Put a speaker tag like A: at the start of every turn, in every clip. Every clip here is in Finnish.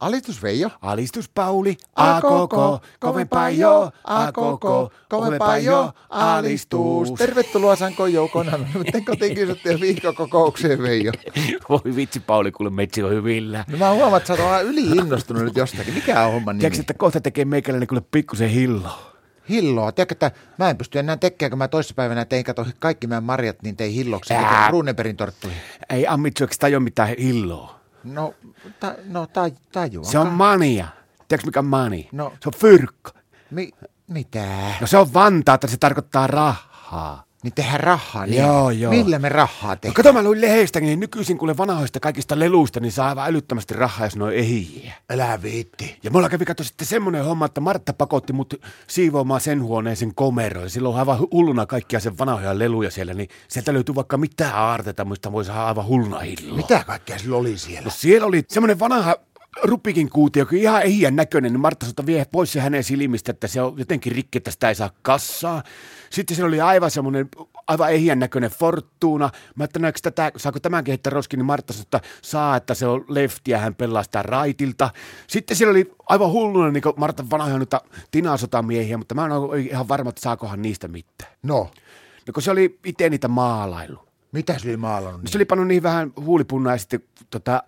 A: Alistus Veijo.
B: Alistus Pauli, a koko, kovempaa jo, a koko, kovempaa jo, alistus.
A: Tervetuloa Sanko Joukona. Miten kotiin kysyttiin viikkokokoukseen Veijo?
B: Voi vitsi Pauli, kuule metsi on hyvillä.
A: No mä huomaan, että sä oot vähän yli innostunut nyt jostakin. Mikä on homman nimi?
B: Tiedätkö, että kohta tekee meikäläinen kuule pikkusen hillo.
A: Hilloa. Tiedätkö, että mä en pysty enää tekemään, kun mä toissapäivänä tein kato kaikki meidän marjat, niin tein hilloksi.
B: Ää.
A: Ää... Ruuneperin torttuihin.
B: Ei ammitsu, eikö tajua mitään hilloa?
A: No, ta, no ta, tajua.
B: Se on mania. Tiedätkö mikä on mani?
A: No.
B: Se on fyrkka.
A: Mi, mitä?
B: No se on Vantaata, se tarkoittaa rahaa.
A: Niin tehdään rahaa. Niin
B: Joo, joo.
A: Millä me rahaa
B: No
A: tehdään?
B: kato, mä luin lehdestä, niin nykyisin kuule vanhoista kaikista leluista, niin saa aivan älyttömästi rahaa, jos ne on ehjiä.
A: Älä viitti.
B: Ja mulla kävi katso sitten semmonen homma, että Martta pakotti mut siivoamaan sen huoneeseen komeroon. Silloin on aivan hulluna kaikkia sen vanhoja leluja siellä, niin sieltä löytyy vaikka mitään aarteita, mistä voi saada aivan hulluna hilloa.
A: Mitä kaikkea sillä oli siellä?
B: No siellä oli semmoinen vanha rupikin kuuti, joka oli ihan ehjän näköinen, niin Martta sota vie pois se hänen silmistä, että se on jotenkin rikki, että sitä ei saa kassaa. Sitten siellä oli aivan semmoinen aivan ehjän näköinen fortuuna. Mä ajattelin, että tätä, saako tämänkin heittää roskiin, niin Martta sanoi, että saa, että se on leftiä, hän pelaa sitä raitilta. Sitten siellä oli aivan hulluna, niin kuin Martta vanhoja noita tinasotamiehiä, mutta mä en ole ihan varma, että saakohan niistä mitään.
A: No,
B: No kun se oli itse niitä maalailu.
A: mitä sillä maalannut? niin?
B: No se oli pannut niihin vähän huulipunnaa ja sitten tota,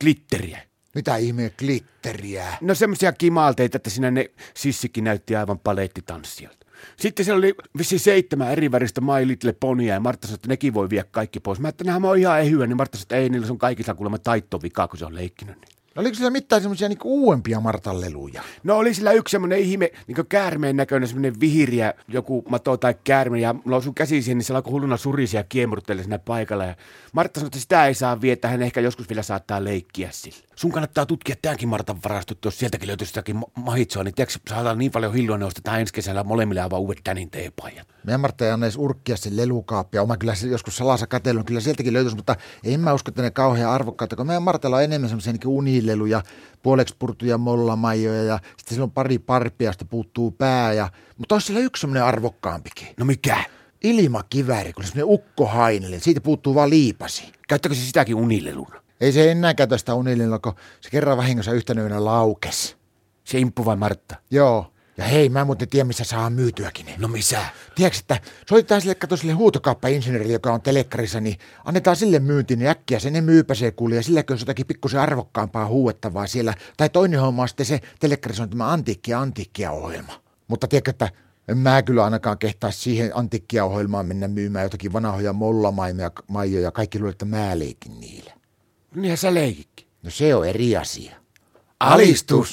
B: glitteriä.
A: Mitä ihmeen glitteriä?
B: No semmoisia kimalteita, että siinä ne sissikin näytti aivan paleettitanssilta. Sitten siellä oli vissi seitsemän eri väristä My Little Ponya ja Martta sanoi, että nekin voi viedä kaikki pois. Mä ajattelin, että nämä on ihan ehyä, niin Martta sanoi, että ei, niillä on kaikilla kuulemma taittovikaa, kun se on leikkinyt. niin.
A: No oliko siellä mitään semmoisia niinku uudempia martanleluja?
B: No oli sillä yksi semmoinen ihme, niin käärmeen näköinen semmoinen vihiriä, joku mato tai käärme, ja mulla osui käsi siihen, niin se alkoi hulluna surisia ja kiemurtella siinä paikalla. Ja Martta sanoi, että sitä ei saa viettää, hän ehkä joskus vielä saattaa leikkiä sillä. Sun kannattaa tutkia tämänkin Martan varastot, jos sieltäkin löytyisi jotakin ma- mahitsoa, niin tiedätkö, saadaan niin paljon hilloa, ne ostetaan ensi kesällä molemmille aivan uudet tänin teepajat.
A: Meidän Martta ei anna edes urkkia sen lelukaappia. Oma kyllä se joskus salassa katsellut, kyllä sieltäkin löytyisi, mutta en mä usko, että ne kauhean arvokkaita, kun meidän Martalla on enemmän semmoisia niin unileluja, puoleksi purtuja mollamaijoja ja sitten sillä on pari parpia, josta puuttuu pää. Ja, mutta olisi sillä yksi semmoinen arvokkaampikin.
B: No mikä?
A: Ilmakivääri, kun se on semmoinen ukkohainille, siitä puuttuu vaan liipasi.
B: Käyttäkö se sitäkin unileluna?
A: Ei se enää käytä sitä unililla, kun se kerran vahingossa yhtenä yönä laukes.
B: Se imppu vai Martta?
A: Joo. Ja hei, mä en muuten tiedä, missä saa myytyäkin ne.
B: No missä?
A: Tiedätkö, että soitetaan sille, kato sille huutokauppainsinöörille, joka on telekkarissa, niin annetaan sille myynti, niin äkkiä se ne myypäsee kuulee, ja silläkö on jotakin pikkusen arvokkaampaa huuettavaa siellä. Tai toinen homma on sitten se telekkarissa on tämä antiikkia antiikkia ohjelma. Mutta tiedätkö, että en mä kyllä ainakaan kehtaa siihen antiikkia ohjelmaan mennä myymään jotakin vanhoja mollamaijoja, kaikki luulee, että mä leikin niillä.
B: No niinhän sä leikitkin.
A: No se on eri asia.
B: Alistus!